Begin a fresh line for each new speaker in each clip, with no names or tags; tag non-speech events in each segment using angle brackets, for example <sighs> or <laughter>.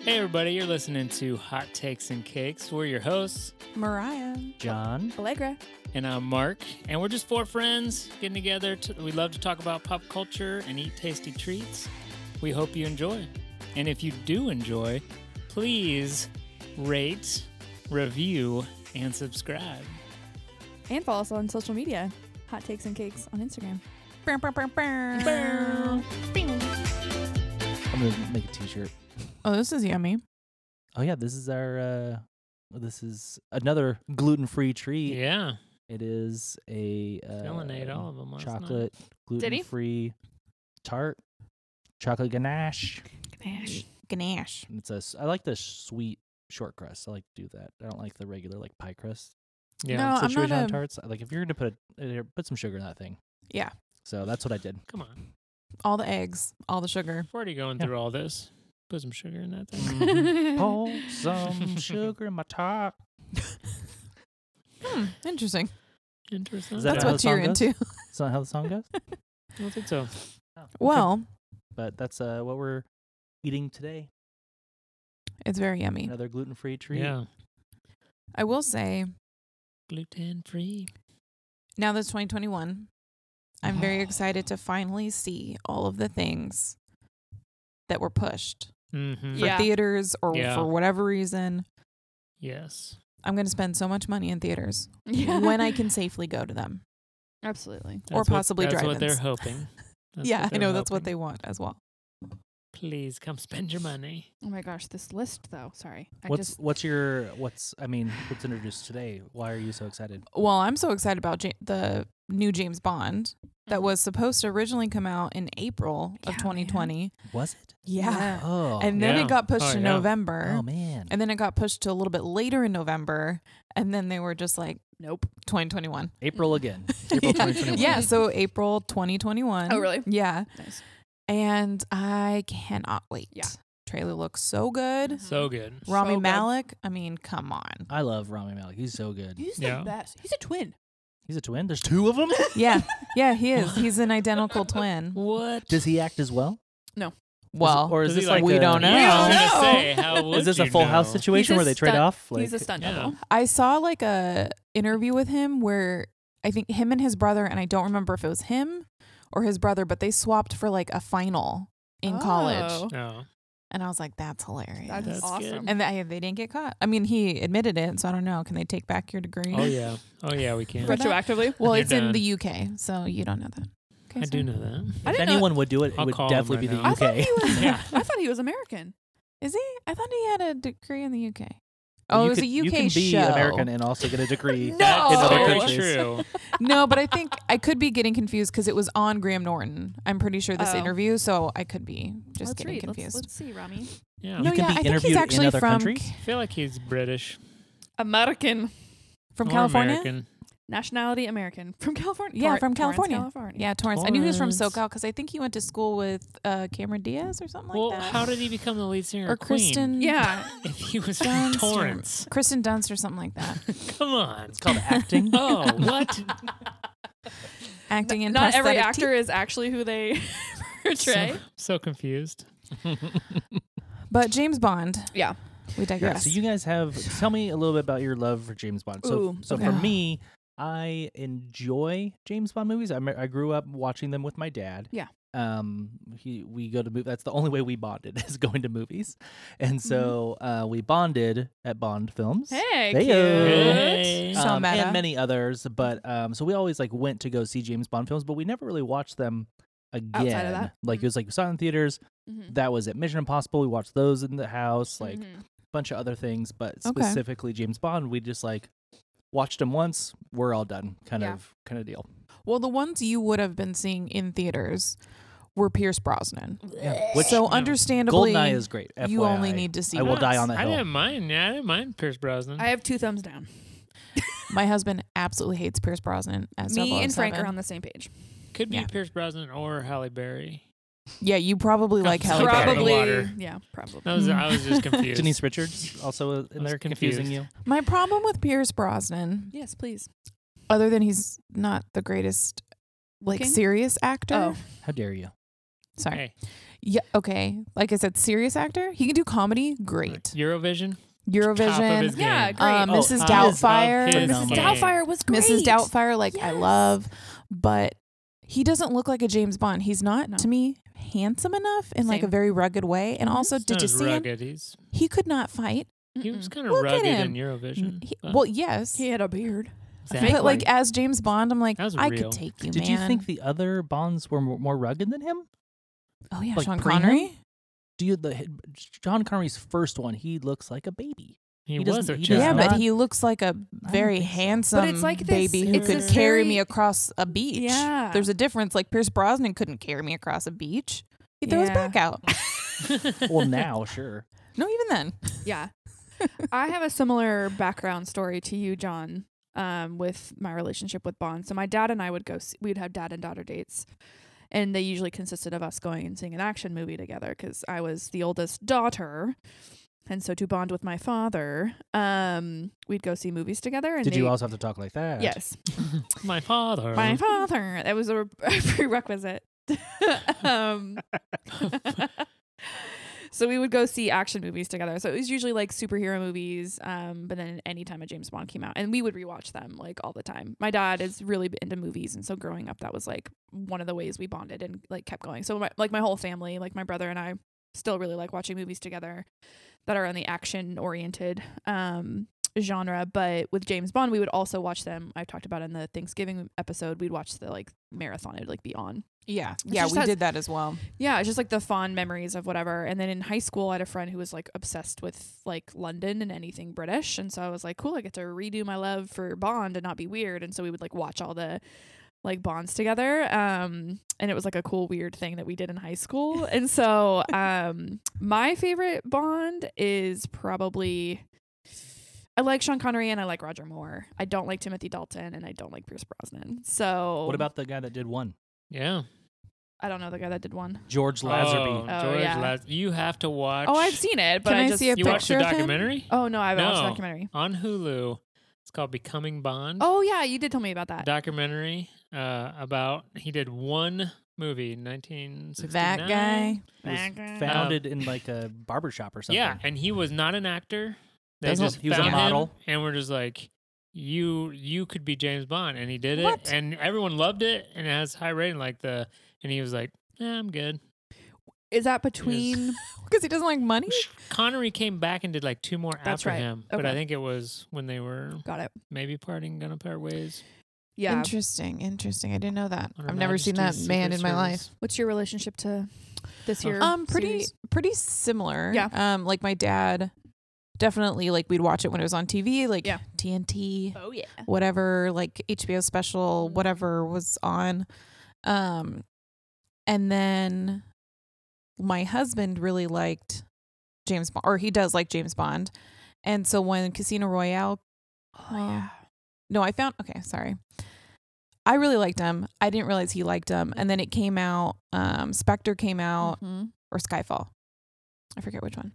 Hey, everybody, you're listening to Hot Takes and Cakes. We're your hosts,
Mariah.
John.
Allegra.
and I'm Mark, and we're just four friends getting together. To, we love to talk about pop culture and eat tasty treats. We hope you enjoy. And if you do enjoy, please rate, review, and subscribe.
And follow us on social media. Hot Takes and Cakes
<laughs>
on Instagram. Brr, brr, brr, brr.
I'm gonna make a T-shirt.
Oh, this is yummy.
Oh yeah, this is our. uh This is another gluten-free treat.
Yeah,
It is a uh,
Dylan ate all of them last night.
chocolate gluten-free tart, chocolate ganache.
Ganache. Ganache.
And it's a. s- I like the sweet short crust. I like to do that. I don't like the regular like pie crust
Yeah,
No, I'm
situation
not
on
a-
tarts. I- Like if you're gonna put a, uh, put some sugar in that thing.
Yeah.
So that's what I did.
come on.
All the eggs, all the sugar.
We're already going
Yeah. Mm.
through all this. Put some sugar in that thing.
<laughs>
Pour some sugar in my tart.
Hmm, interesting.
Interesting.
Is that
That's
how
what
the
you're
song goes?
into.
Is that how the song goes?
I don't think so.
Oh. Well,
but that's uh, what we're eating today.
it's very yummy.
Another gluten-free treat.
Yeah,
I will say,
gluten free.
now that it's 2021, I'm <sighs> very excited to finally see all of the things that were pushed
Mm-hmm.
for
Yeah.
theaters or
Yeah.
for whatever reason.
Yes.
I'm going to spend so much money in <laughs> theaters
Yeah.
when I
<laughs>
can safely go to them.
Absolutely.
Or
That's what-
possibly
That's what they're
drive-ins. <laughs>
hoping. That's
yeah,
what
I
they're
know that's what
hoping.
they want as well.
Please come spend your money.
Oh my gosh, this list though. Sorry. I
What's
just
what's your what's I mean what's introduced today? Why are you so excited?
Well, I'm so excited about ja- the new James Bond that was supposed to originally come out in April
Mm-hmm. Yeah,
of 2020.
Was it?
Uh,
Yeah.
Oh,
And then
Yeah.
it got pushed
Oh,
to
yeah.
November.
oh man.
and then it got pushed to a little bit later in November. And then they were just like,
Nope.
2021.
April
<laughs>
again. April
yeah.
2021.
yeah. So April 2021.
Oh, really?
Yeah.
Nice.
And I cannot wait.
Yeah.
Trailer looks so
Uh-huh.
good.
So good.
Rami
good.
Malik, I mean, come on.
I love Rami Malik. He's so good.
He's
the Yeah.
best. He's a twin.
He's a twin. There's two of them.
<laughs>
<laughs>
Yeah. Yeah, he is. He's an identical twin.
What?
Does he act as well?
Well,
or is
Does he
this
like
like
we
a-
don't know.
Yeah, I was
No.
gonna say, how would
<laughs> Is this a
you
Full House
know?
situation
He's a
where they trade
stunt-
off? Like,
He's a stunt
Yeah.
double.
I saw like a interview with him where I think him and his brother, and I don't remember if it was him or his brother, but they swapped for like a final in
Oh.
college,
No.
and I was like, "That's hilarious."
That's,
That's
awesome.
and they, they didn't get caught. I mean, he admitted it, so I don't know. Can they take back your degree?
Oh yeah. Oh yeah. We can.
For-
Retroactively.
<laughs> Well,
You're
it's
done.
in the UK, so you don't know that. Okay,
I
so-
do know that.
I
if
didn't know-
anyone would do it,
I'll
it would
call him
definitely
right
be
now.
the
I
UK.
thought
<laughs>
he was
Yeah.
I thought he was American.
Is he? I thought he had a degree in the UK. Oh,
Well, you
it was
could-
a UK
You can be
show.
American and also get a degree.
That's
In other
very
countries.
true.
no, but I think I could be getting confused because it was on Graham Norton. I'm pretty sure this
Oh.
interview, so I could be just
let's
getting
read. Let's-
confused.
Let's, see, Rami.
Yeah.
You
No,
can
yeah,
be
I think he's
interviewed in
actually
other
from-
countries?
I feel like he's British
American.
From
or
California?
American.
Nationality American. From California.
Yeah, from
Torrance,
California.
California.
Yeah, Torrance. I knew he was from
Torrance.
SoCal because I think he went to school with uh, Cameron Diaz or something
well,
like that.
how did he become the lead singer
or
of Queen?
Kristen?
Yeah.
If he was from
Dunst or-
Torrance,
Kristen Dunst or something like
<laughs>
that.
come on.
It's called acting.
<laughs> Oh, what?
<laughs> Acting in
Not every
prosthetic
actor is actually who they <laughs> portray.
So, so confused.
teeth. But James Bond.
Yeah.
We
Yeah,
digress.
so you guys have tell me a little bit about your love for James Bond. So,
Ooh,
so
okay.
for me, I enjoy James Bond movies. I, me- I grew up watching them with my dad.
Yeah.
Um, he we go to movie. That's the only way we bonded <laughs> is going to movies, and so uh, we bonded at Bond films.
Mm-hmm. Hey,
They-
cute.
Hey.
So
um,
meta.
and many others, but um, so we always like went to go see James Bond films, but we never really watched them again.
of that.
Like
Mhm.
it was like we saw it in theaters.
Mhm.
That was it. Mission Impossible. We watched those in the house. Like
Mhm.
bunch of other things, but
Okay.
specifically James Bond, we just like watched him once, we're all done, kind
Yeah.
of kind of deal.
well, the ones you would have been seeing in theaters were Pierce Brosnan.
Which
so
No.
understandably,
Goldeneye is great. FYI.
you only need to see
I will
once.
die on that
I
hill.
didn't mind. Yeah, I didn't mind Pierce Brosnan.
I have two thumbs down.
My husband absolutely hates Pierce Brosnan as
Me and Frank
007.
are on the same page.
Could be
Yeah.
Pierce Brosnan or Halle Berry.
Yeah, you probably like Halle Berry.
Probably.
Yeah, probably.
I was, I was just confused.
Denise Richards also
I
in
was
there confusing
confused.
you.
My problem with Pierce Brosnan,
Yes, please.
other than he's not the greatest like
King?
serious actor,
Oh.
How dare you?
Sorry.
Hey,
Yeah. Okay. Like I said, serious actor. He can do comedy. Great.
Eurovision. Top of
Eurovision.
his
Yeah,
game.
great.
Um,
Oh,
Mrs.
top
Doubtfire.
of his
Mrs.
game.
Doubtfire was great.
Mrs. Doubtfire, like I
Yes.
love, but he doesn't look like a James Bond. He's not
No.
to me handsome enough in like a
Same.
very rugged way. And
Mhm.
also,
Not
did you
as
see him?
rugged. He's,
He could not fight.
he was kind of
Look at
rugged in
him.
Eurovision.
Mm, He-
but-
well, yes,
He had a beard.
Exactly.
but like as James Bond, I'm like
That was
I
real.
could take you,
Did
man.
you think the other Bonds were more, more rugged than him?
oh yeah,
like,
Sean
pre-him?
Connery.
Do you the John Connery's first one? He looks like a baby.
he,
he
was
doesn't-
a
he
child.
Yeah,
doesn't
but
not-
he looks like a very
think so.
handsome
But it's like this-
baby who
it's
could
this
carry
very-
me across a beach.
Yeah.
There's a difference. Like Pierce Brosnan couldn't carry me across a beach. He'd throw his
Yeah.
back out.
<laughs>
<laughs>
<laughs>
Well, now sure.
No, even then.
Yeah. <laughs> I have a similar background story to you, John, um, with my relationship with Bond. So my dad and I would go, see, we'd have dad and daughter dates. And they usually consisted of us going and seeing an action movie together because I was the oldest daughter. And so to bond with my father, um, we'd go see movies together. And
Did
they,
you also have to talk like that?
Yes.
my father.
My father. That was a, <laughs> a prerequisite. <laughs> um, <laughs> so we would go see action movies together. So it was usually like superhero movies, um, but then any time a James Bond came out, and we would rewatch them like all the time. My dad is really b- into movies, and so growing up, that was like one of the ways we bonded and like kept going. So my, like my whole family, like my brother and I, still really like watching movies together that are on the action oriented um genre but with James Bond we would also watch them I talked about in the Thanksgiving episode we'd watch the like marathon it would like be on
Yeah.
It
Yeah,
just
we
has-
did that as well.
yeah, it's just like the fond memories of whatever. And then in high school, I had a friend who was like obsessed with like London and anything British. And so I was like, cool, I get to redo my love for Bond and not be weird. And so we would like watch all the like Bonds together. Um, and it was like a cool, weird thing that we did in high school. And so um, my favorite Bond is probably. I like Sean Connery and I like Roger Moore. I don't like Timothy Dalton and I don't like Pierce Brosnan. So
What about the guy that did one?
yeah.
I don't know the guy that did one.
George Lazarby.
Oh,
Oh,
George
yeah.
Laz- You have to watch.
Oh, I've seen it, but
Can
I,
I
just
see a
You watched the
picture of him?
documentary
Oh no, I haven't watched the
No.
documentary.
on Hulu. It's called Becoming Bond.
Oh yeah, you did tell me about that.
documentary uh, about he did one movie in 1969.
That guy.
He was
That guy.
founded in like a barber shop or something.
Yeah, and he was not an actor. They
Doesn't-
just
he was a
found him
model.
and we're just like, you you could be James Bond, and he did it,
What?
and everyone loved it, and it has high rating like the, and he was like, yeah, I'm good.
Is that between?
Because he doesn't like money.
Connery came back and did like two more
That's
after
right.
him, but I
Okay.
think it was when they were
<laughs> Got it.
maybe parting, gonna part ways.
Yeah.
Interesting. Interesting. I didn't know that.
on Her
I've never seen that
Majesty's
man
Secret
in my life.
Service.
What's your relationship to this
Oh.
year?
Um, pretty
series?
pretty similar.
Yeah.
Um, like my dad definitely like we'd watch it when it was on TV, like
Yeah.
TNT.
Oh yeah.
whatever like HBO special
Mm-hmm.
whatever was on um and then my husband really liked James Bond or he does like James Bond and so when Casino Royale
Oh
Well, no I found okay sorry I really liked him I didn't realize he liked him and then it came out um Spectre came out
Mhm.
or Skyfall I forget which one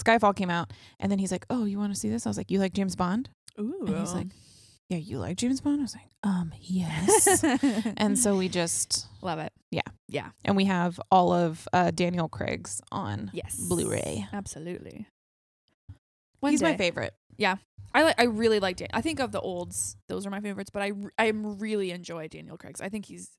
Skyfall came out and then he's like oh you want to see this I was like you like James Bond
Ooh.
and he's like, "Yeah, you like James Bond?" I was like, "Um,
<laughs>
yes." <laughs> and so we just
love it.
and we have all of uh, Daniel Craig's on
Yes.
Blu-ray.
Absolutely.
He's my
day.
favorite.
I like. I really like. Dan- I think of the olds; those are my favorites. But I, r- I am really enjoy Daniel Craig's. I think he's,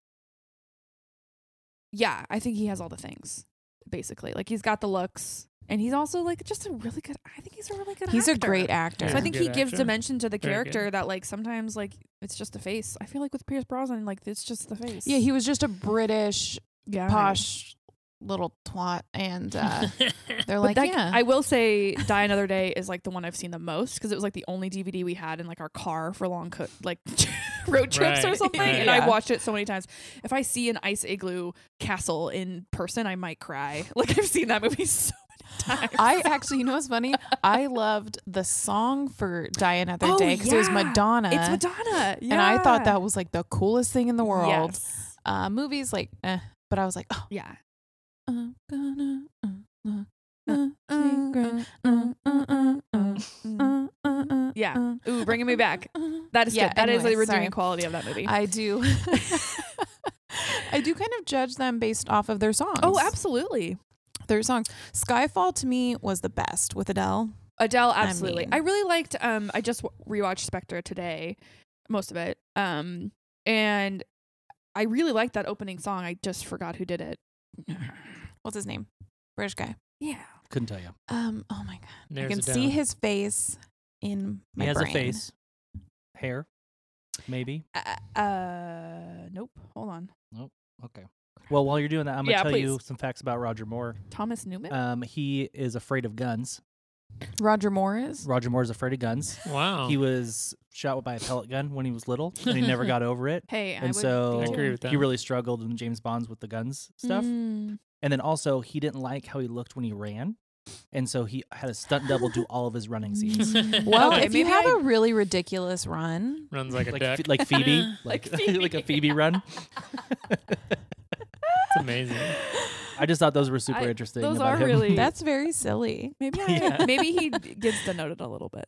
yeah, I think he has all the things. Basically, like he's got the looks, and he's also like just a really good. I think he's a really good.
He's a
actor.
great actor.
So
Yeah.
I think
Good
he gives
actor.
dimension to the
Very good.
character that like sometimes like it's just the face. I feel like with Pierce Brosnan, like it's just the face.
yeah, he was just a British
yeah.
posh little twat,
<laughs>
and
<laughs>
uh, they're
But
like,
like,
"Yeah,
I will say, Die Another Day is like the one I've seen the most because it was like the only DVD we had in like our car for long co- like <laughs> road trips or
Right,
something,
right.
and I
Yeah.
watched it so many times. If I see an ice igloo castle in person, I might cry. <laughs> Like I've seen that movie so many times.
<laughs> I actually, you know what's funny? I loved the song for Die Another
Oh,
Day because it was
yeah.
Madonna.
it's Madonna, yeah.
And I thought that was like the coolest thing in the world.
Yes.
Uh, movies, like, eh. But I was like, oh,
Yeah.
I'm gonna unlock
Uh,
the secret.
uh, uh, uh, uh,
Uh, uh, uh,
Yeah.
uh,
Ooh, bringing me back.
uh, uh.
That is
Yeah,
good. That is
anyways,
<laughs> the redeeming
sorry.
quality of that movie.
I do. I do kind of judge them based off of their songs.
Oh, absolutely.
Their songs. Skyfall to me was the best with Adele.
Adele, absolutely. I,
mean-
really liked. Um, I just w- rewatched Spectre today, most of it. Um, and I really liked that opening song. I just forgot who did it.
What's his name? British guy.
Yeah,
Couldn't tell you.
Um. Oh my god.
There's
I can
a down.
see his face in my
he has
brain.
a face, hair, maybe.
Uh, uh, nope. Hold on.
Okay. Well, while you're doing that, I'm gonna
Yeah,
tell you
please.
some facts about Roger Moore.
Thomas Newman.
Um, he is afraid of guns.
Roger Morris.
Roger Moore is afraid of guns.
Wow. <laughs>
He was shot by a pellet gun when he was little, and he never got
<laughs>
over it.
hey, I
and
would
so
I agree with that.
he really struggled in James Bond's with the guns stuff.
Mm. Hmm.
And then also he didn't like how he looked when he ran. And so he had a stunt double do all of
<laughs>
his running scenes.
Well,
Okay,
if you
maybe
have
I-
a really ridiculous run,
Runs like a
Like
duck.
Phe- like Phoebe, like
<laughs>
<laughs>
Like
like a
Phoebe.
Phoebe run.
It's amazing.
I just thought those were super
I-
interesting.
those
about
are
him.
really-
that's very silly.
maybe
<laughs>
I,
<laughs> Yeah.
maybe he d- gets denoted a little
<laughs>
bit.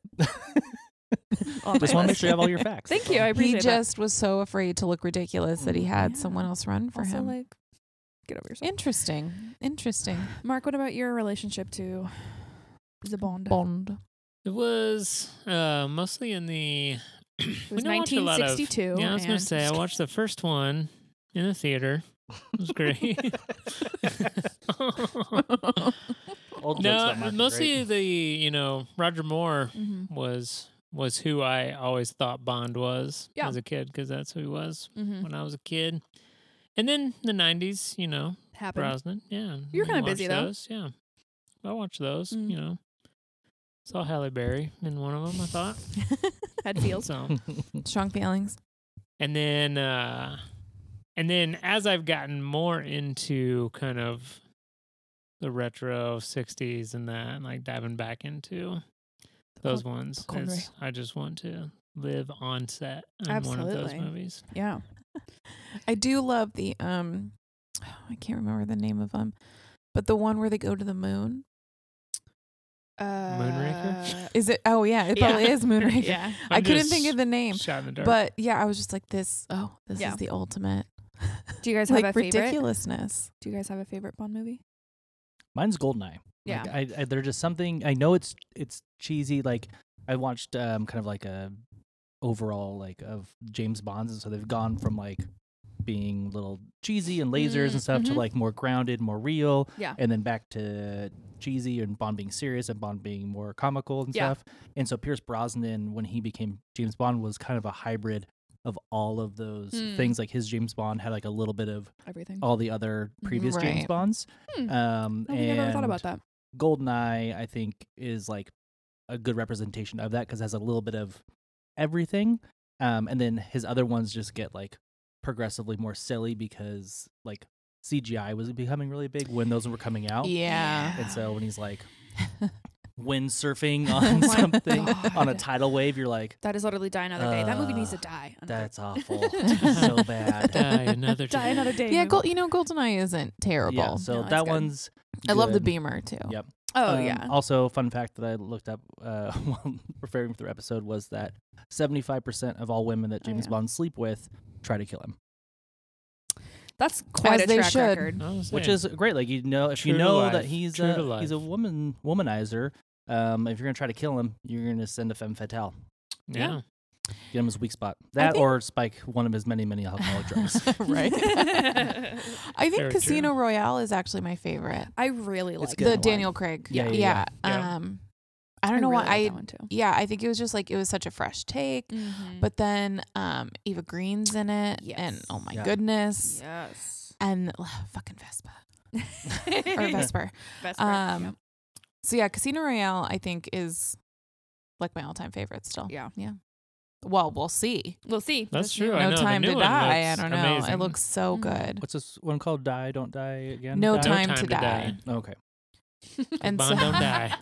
on my
just want to make
list.
sure you have all your facts.
Thank you. I
He
appreciate that.
just was so afraid to look ridiculous that he had
Yeah.
someone else run for
also
him.
like get over yourself.
Interesting. Interesting.
Mark, what about your relationship to the
<laughs>
Bond?
Bond.
It was uh, mostly in the. <clears throat>
It was
don't watch a lot of-
1962.
yeah, I was gonna
and-
say I watched the first one in the theater. It was great. <laughs>
Mm-hmm.
Old jokes
no,
don't mark,
mostly
right?
the you know Roger Moore
Mhm,
was was who I always thought Bond was
Yeah.
as a kid because that's who he was
mhm.
when I was a kid. And then the '90s, you know,
Happened.
Brosnan. Yeah,
You're
I
kinda
watched
busy, though.
Those. Yeah, I watched those.
Mm.
You know, saw Halle Berry in one of them. I thought.
<laughs> Had feels.
So,
Strong feelings.
and then uh and then as i've gotten more into kind of the retro 60s and that and like diving back into those ones
Conroy.
it's- i just want to live on set in one of those
Absolutely.
movies
Yeah.
<laughs> I do love the um <sighs> I can't remember the name of them, but the one where they go to the moon.
Uh,
Moonraker?
Is it oh yeah, it
Yeah.
probably is
<laughs>
Moonraker.
Yeah.
I couldn't think of the name.
shot in the dark
But yeah, I was just like this oh, this
Yeah.
is the ultimate
Do you guys have
like
a favorite?
ridiculousness.
Do you guys have a favorite Bond movie?
<laughs> Mine's Goldeneye.
Yeah.
Like, I, I, they're just something. I know it's it's cheesy. Like I watched um kind of like a overall like of James Bonds, and so they've gone from like being little cheesy and lasers
Mm,
and stuff
mhm.
to like more grounded, more real,
Yeah.
and then back to cheesy and Bond being serious and Bond being more comical and
Yeah.
stuff. And so Pierce Brosnan, when he became James Bond, was kind of a hybrid of all of those
Mm.
things. Like his James Bond had like a little bit of
Everything.
all the other previous James
Right.
Bonds.
Mm. Hmm.
Um,
I don't think I've ever thought
and
about that.
Goldeneye, I think, is like a good representation of that because it has a little bit of everything. Um, and then his other ones just get like progressively more silly because like CGI was becoming really big when those were coming out.
Yeah.
Oh. And <laughs> so when he's like
<laughs>
windsurfing on
my
something on a
Oh God.
tidal wave,
<laughs>
you're like,
That is utterly die another day. That movie needs to
Uh,
die. another-
that's awful. <laughs> so bad.
die another
<laughs> die
day.
another day.
<laughs> Yeah,
movie.
Gold, you know, Goldeneye isn't terrible.
Yeah, so
No, it's
that
good.
one's.
I love the
good.
Beamer too.
Yep.
Oh
Um,
yeah.
Also, fun fact that I looked up uh, <laughs> while preparing for the episode was that 75% of all women that
Oh,
James
yeah.
Bond sleep with try to kill him,
That's quite
As
a
they
track
should.
record.
I was
which
saying,
is great. Like you know, if
True
you
to
know
life,
that he's
true to
a, he's a
life.
woman womanizer, um, if you're gonna try to kill him, you're gonna send a femme fatale.
yeah,
yeah.
Get him his weak spot. That
think-
or spike one of his many
<laughs>
many alcoholic drugs.
<laughs> right. I think
Very true.
Casino Royale is like my favorite.
I really
It's
like
good.
the
that one.
Daniel Craig.
Yeah,
yeah.
yeah,
yeah.
Um, I don't know
really
why.
like
I
that one Mm-hmm. too.
yeah, I think it was just like it was such a fresh take. <laughs> But then um, Eva Green's in it, and
Yes.
oh my
Yeah.
goodness,
yes,
and fucking Vespa
<laughs>
or <laughs> Vesper.
Best friend,
Um, so yeah, Casino Royale I think is like my all-time favorite still.
Yeah.
yeah. Well, we'll see.
We'll see.
that's true. Oh, I
no
know, the
time
new
to
one
die. I
looks
don't know. It
amazing.
looks so
Mhm.
good.
What's this one called? Die, don't die again.
No
Die?
time, to, die.
Okay.
And
Bond don't
<laughs>
die.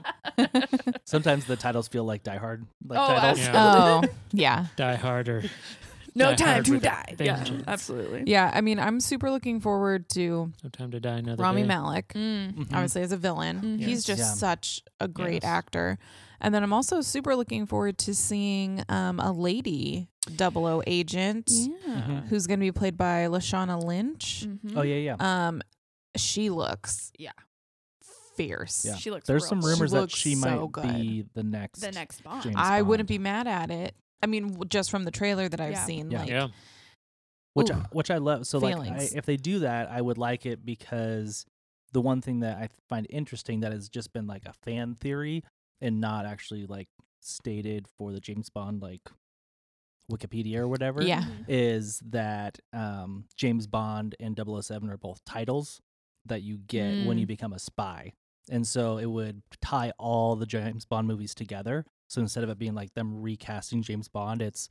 Sometimes the titles feel like Die Hard. Like
Oh,
titles.
absolutely.
Oh yeah,
Die harder.
<laughs> No
Die
time
Hard
to
with a
die. Yeah,
vengeance.
absolutely.
Yeah, I mean, I'm super looking forward to
No time to die another
Rami
day.
Malek,
Mm.
Mhm.
obviously as a villain.
Mhm.
He's just
Yeah.
such a great
Yes.
actor. And then I'm also super looking forward to seeing um, a lady 00 agent
Yeah.
Mm-hmm.
who's going to be played by Lashana Lynch.
Mhm.
Oh yeah, yeah.
Um, she looks
Yeah.
fierce.
Yeah.
She looks.
There's
real.
some
She
rumors that
looks
she
so
might
good.
be the next.
The next Bond.
James-
I wouldn't be
Bond.
mad at it. I mean, w- just from the trailer that I've
Yeah.
seen,
Yeah.
like
Yeah.
which
Ooh.
I, which I love. So like, I,
Feelings.
if they do that, I would like it because the one thing that I find interesting that has just been like a fan theory and not actually like stated for the James Bond like Wikipedia or whatever
yeah,
Mhm.
is that um, James Bond and 007 are both titles that you get when you
Mm.
become a spy. And so it would tie all the James Bond movies together. So instead of it being like them recasting James Bond, it's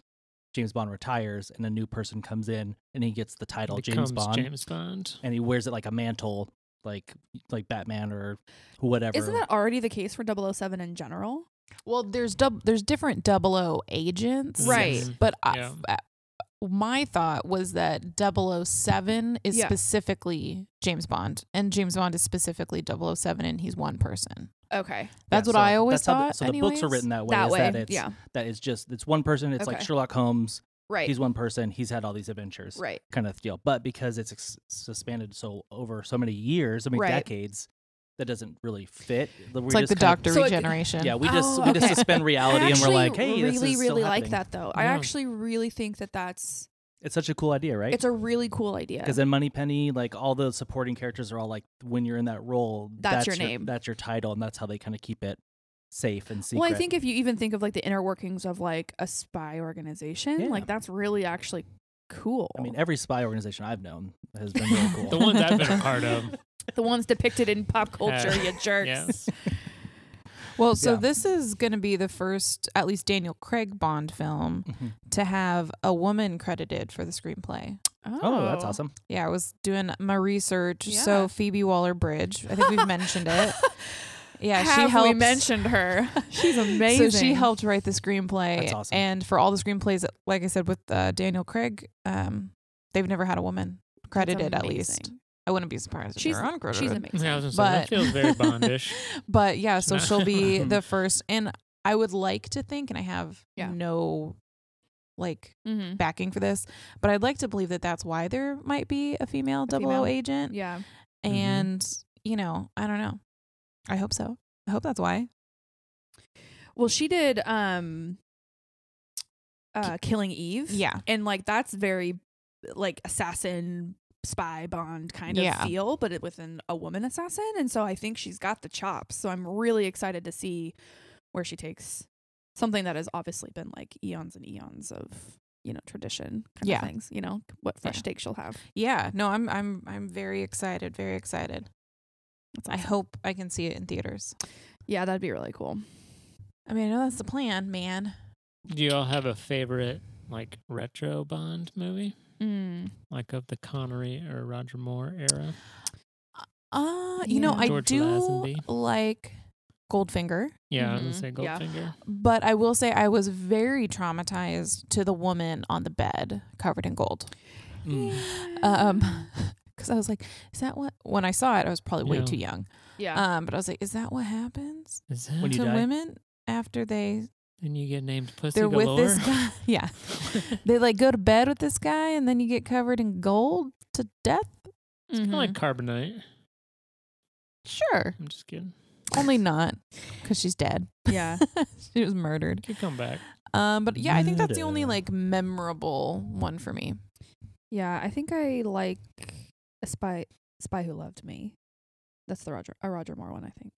James Bond retires and a new person comes in and he gets the title James
Becomes
Bond
James Bond.
and he wears it like a mantle like like Batman or whatever.
Isn't that already the case for 007 in general?
Well, there's dub- there's different 00 agents.
Right.
Yes.
But I-
Yeah.
uh, my thought was that 007 is
Yeah.
specifically James Bond and James Bond is specifically 007 and he's one person.
Okay.
Yeah,
That's what
so
I always
that's how the-
thought.
so the books are
anyways.
written that way.
that
is
way.
That it's,
yeah.
that it's just it's one person. It's like
Okay.
Sherlock Holmes.
Right.
he's one person he's had all these adventures
right.
kind of deal but because it's ex- suspended so over so many years so many
Right.
decades that doesn't really fit we
It's like
just
the
kind of-
Doctor
So it-
regeneration.
yeah we just
Oh,
we just
okay.
suspend
<laughs>
reality
I
and we're
actually
like hey
really,
this is
really
still
like
happening.
that though. I
Yeah.
actually really think that that's
it's such a cool idea right
it's a really cool idea.
because then Moneypenny, like all the supporting characters are all like, when you're in that role,
That's your name.
that's your title, and that's how they kind of keep it safe and secret.
Well, I think if you even think of like the inner workings of like a spy organization,
Yeah.
like that's really actually cool.
I mean, e every spy organization I've known has been really cool.
<laughs> The
<laughs>
ones I've been a part of. <laughs>
the ones depicted in pop culture, you jerks.
<laughs>
Yes.
Well, so
Yeah.
this is going to be the first at least Daniel Craig Bond film
Mhm.
to have a woman credited for the screenplay.
oh,
<laughs>
that's awesome.
Yeah, I was doing my research.
Yeah.
So Phoebe Waller Bridge, I think we've mentioned
<laughs>
it. Yeah,
Have
she helped.
We mentioned her. <laughs> She's
so
amazing.
she helped write the screenplay.
That's awesome.
And for all the screenplays, like I said with uh, Daniel Craig, um, they've never had a woman
That's
credited at least.
amazing.
I wouldn't be surprised if
She's-
they're uncredited.
She's amazing.
Yeah, I was gonna say, that
But-
feels
<laughs>
very Bondish.
But yeah, so
It's not-
she'll
<laughs>
be the first. And I would like to think, and I have
Yeah.
no like
Mhm.
backing for this, but I'd like to believe that that's why there might be a female double
female.
O agent.
Yeah.
Mhm.
And, you know, I don't know. I hope so. I hope that's why.
Well, she did um uh Killing Eve.
Yeah.
And like that's very like assassin spy bond kind of
Yeah.
feel, but it, within a woman assassin. And so I think she's got the chops. So I'm really excited to see where she takes something that has obviously been like eons and eons of you know tradition kind
Yeah.
of things. You know what fresh
Yeah.
take she'll have.
Yeah. No, I'm I'm I'm very excited, very excited.
That's
I
awesome.
hope I can see it in theaters.
Yeah, that'd be really cool.
I mean, I know that's the plan, man.
Do you all have a favorite like retro Bond movie,
Mm.
like of the Connery or Roger Moore era?
Uh, you know,
Yeah.
I
George
do
Lazenby.
like Goldfinger,
Yeah, I was
Mm-hmm.
Mhm.
gonna say
Yeah.
Goldfinger.
but I will say I was very traumatized to the woman on the bed covered in gold.
Mm.
Um 'cause cuz I was like, is that what when I saw it, I was probably
Yeah.
way too young.
yeah.
Um, but I was like, is that what happens
Is that
When
when
you
you,
to
die?
women after they
get named Pussy
they're
Galore?
with this guy? <laughs> yeah.
<laughs>
They like go to bed with this guy and then you get covered in gold to death?
I like
Mhm.
Mm-hmm.
Carbonite.
Sure.
I'm just kidding.
Only not because she's dead.
yeah.
she was murdered.
Could come back.
Um, but yeah, I think that's the only
Murder.
like memorable one for me.
Yeah, I think I like a spy spy who loved me. That's the Roger a Roger Moore one, I think.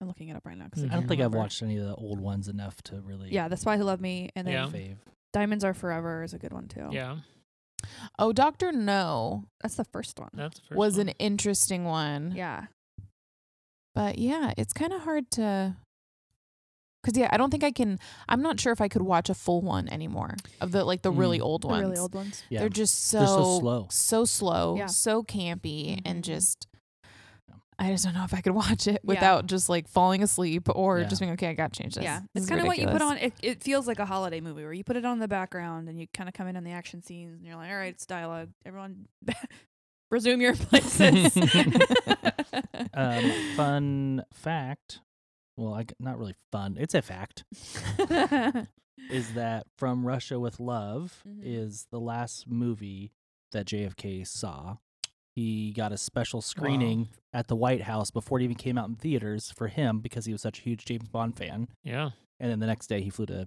I'm looking it up right now because
Mm-hmm.
I don't think I've watched any of the old ones enough to really
Yeah, the spy who loved me, and then
Yeah.
fave.
Diamonds Are Forever is a good one too.
Yeah,
Oh, Doctor No
that's the first one.
that's the first
was
one.
an interesting one.
yeah,
But yeah, it's kind of hard to. Cause yeah, I don't think I can. I'm not sure if I could watch a full one anymore of the like the really
Mm.
old
the
ones.
really old ones.
Yeah.
They're just so
They're so slow.
so slow,
Yeah.
Mm-hmm.
so campy, and
Mhm.
just. I just don't know if I could <laughs> watch it without just like falling asleep or
Yeah.
just being okay. I got to change this.
Yeah,
This
it's
is
kind of what you put
ridiculous."
on. It, it feels like a holiday movie where you put it on in the background and you kind of come in on the action scenes and you're like, all right, it's dialogue. Everyone, <laughs> resume
<laughs>
your places.
Um,
<laughs>
fun fact. Well, I, g- not really fun. It's a fact. Is that from Russia with Love
Mhm.
is the last movie that JFK saw. He got a special screening at the White House before it even came out in theaters for him because he was such a huge James Bond fan.
Yeah.
And then the next day he flew to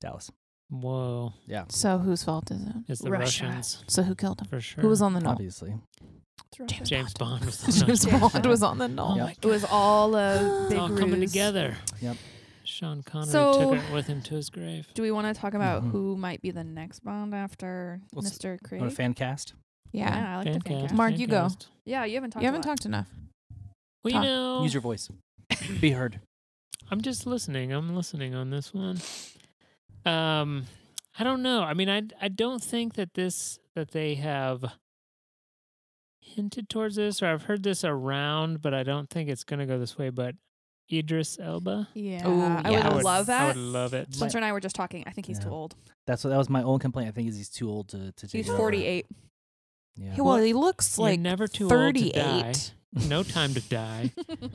Dallas.
Whoa.
Yeah.
So whose fault is it?
It's the
Russia.
Russians
So who killed him?
for sure.
Who was on the knoll?
Obviously.
James
James Bond? was
<laughs>
the
James
Russian.
Bond was on the
Oh
knoll.
Yep.
my
It was all <gasps> a
It's
big
It's all coming
ruse.
together.
Yep.
Sean Connery
So-
took it with him to his grave.
Do we want to talk about
Mhm.
who might be the next Bond after
Let's-
Mr. Craig?
On a fan cast.
Yeah.
yeah, I like the fan
Fancast,
cast.
Mark, you go.
fancast.
Yeah, you haven't talked.
You haven't
a lot.
talked enough.
Well,
Talk.
you know,
Use your voice. Be heard.
I'm just listening. I'm listening on this one. Um, I don't know. I mean, I I don't think that this that they have hinted towards this, or I've heard this around, but I don't think it's going to go this way. But Idris Elba,
Yeah,
Ooh,
I
yeah.
would,
I would-
love that.
I would love it.
Spencer and I were just talking. I think he's too
Yeah.
old.
That's what that was my own complaint. I think is he's too old to, to take
He's
over.
48.
Yeah.
Well, he looks
You're
like
never too old to
38.
die. No time to
<laughs>
die.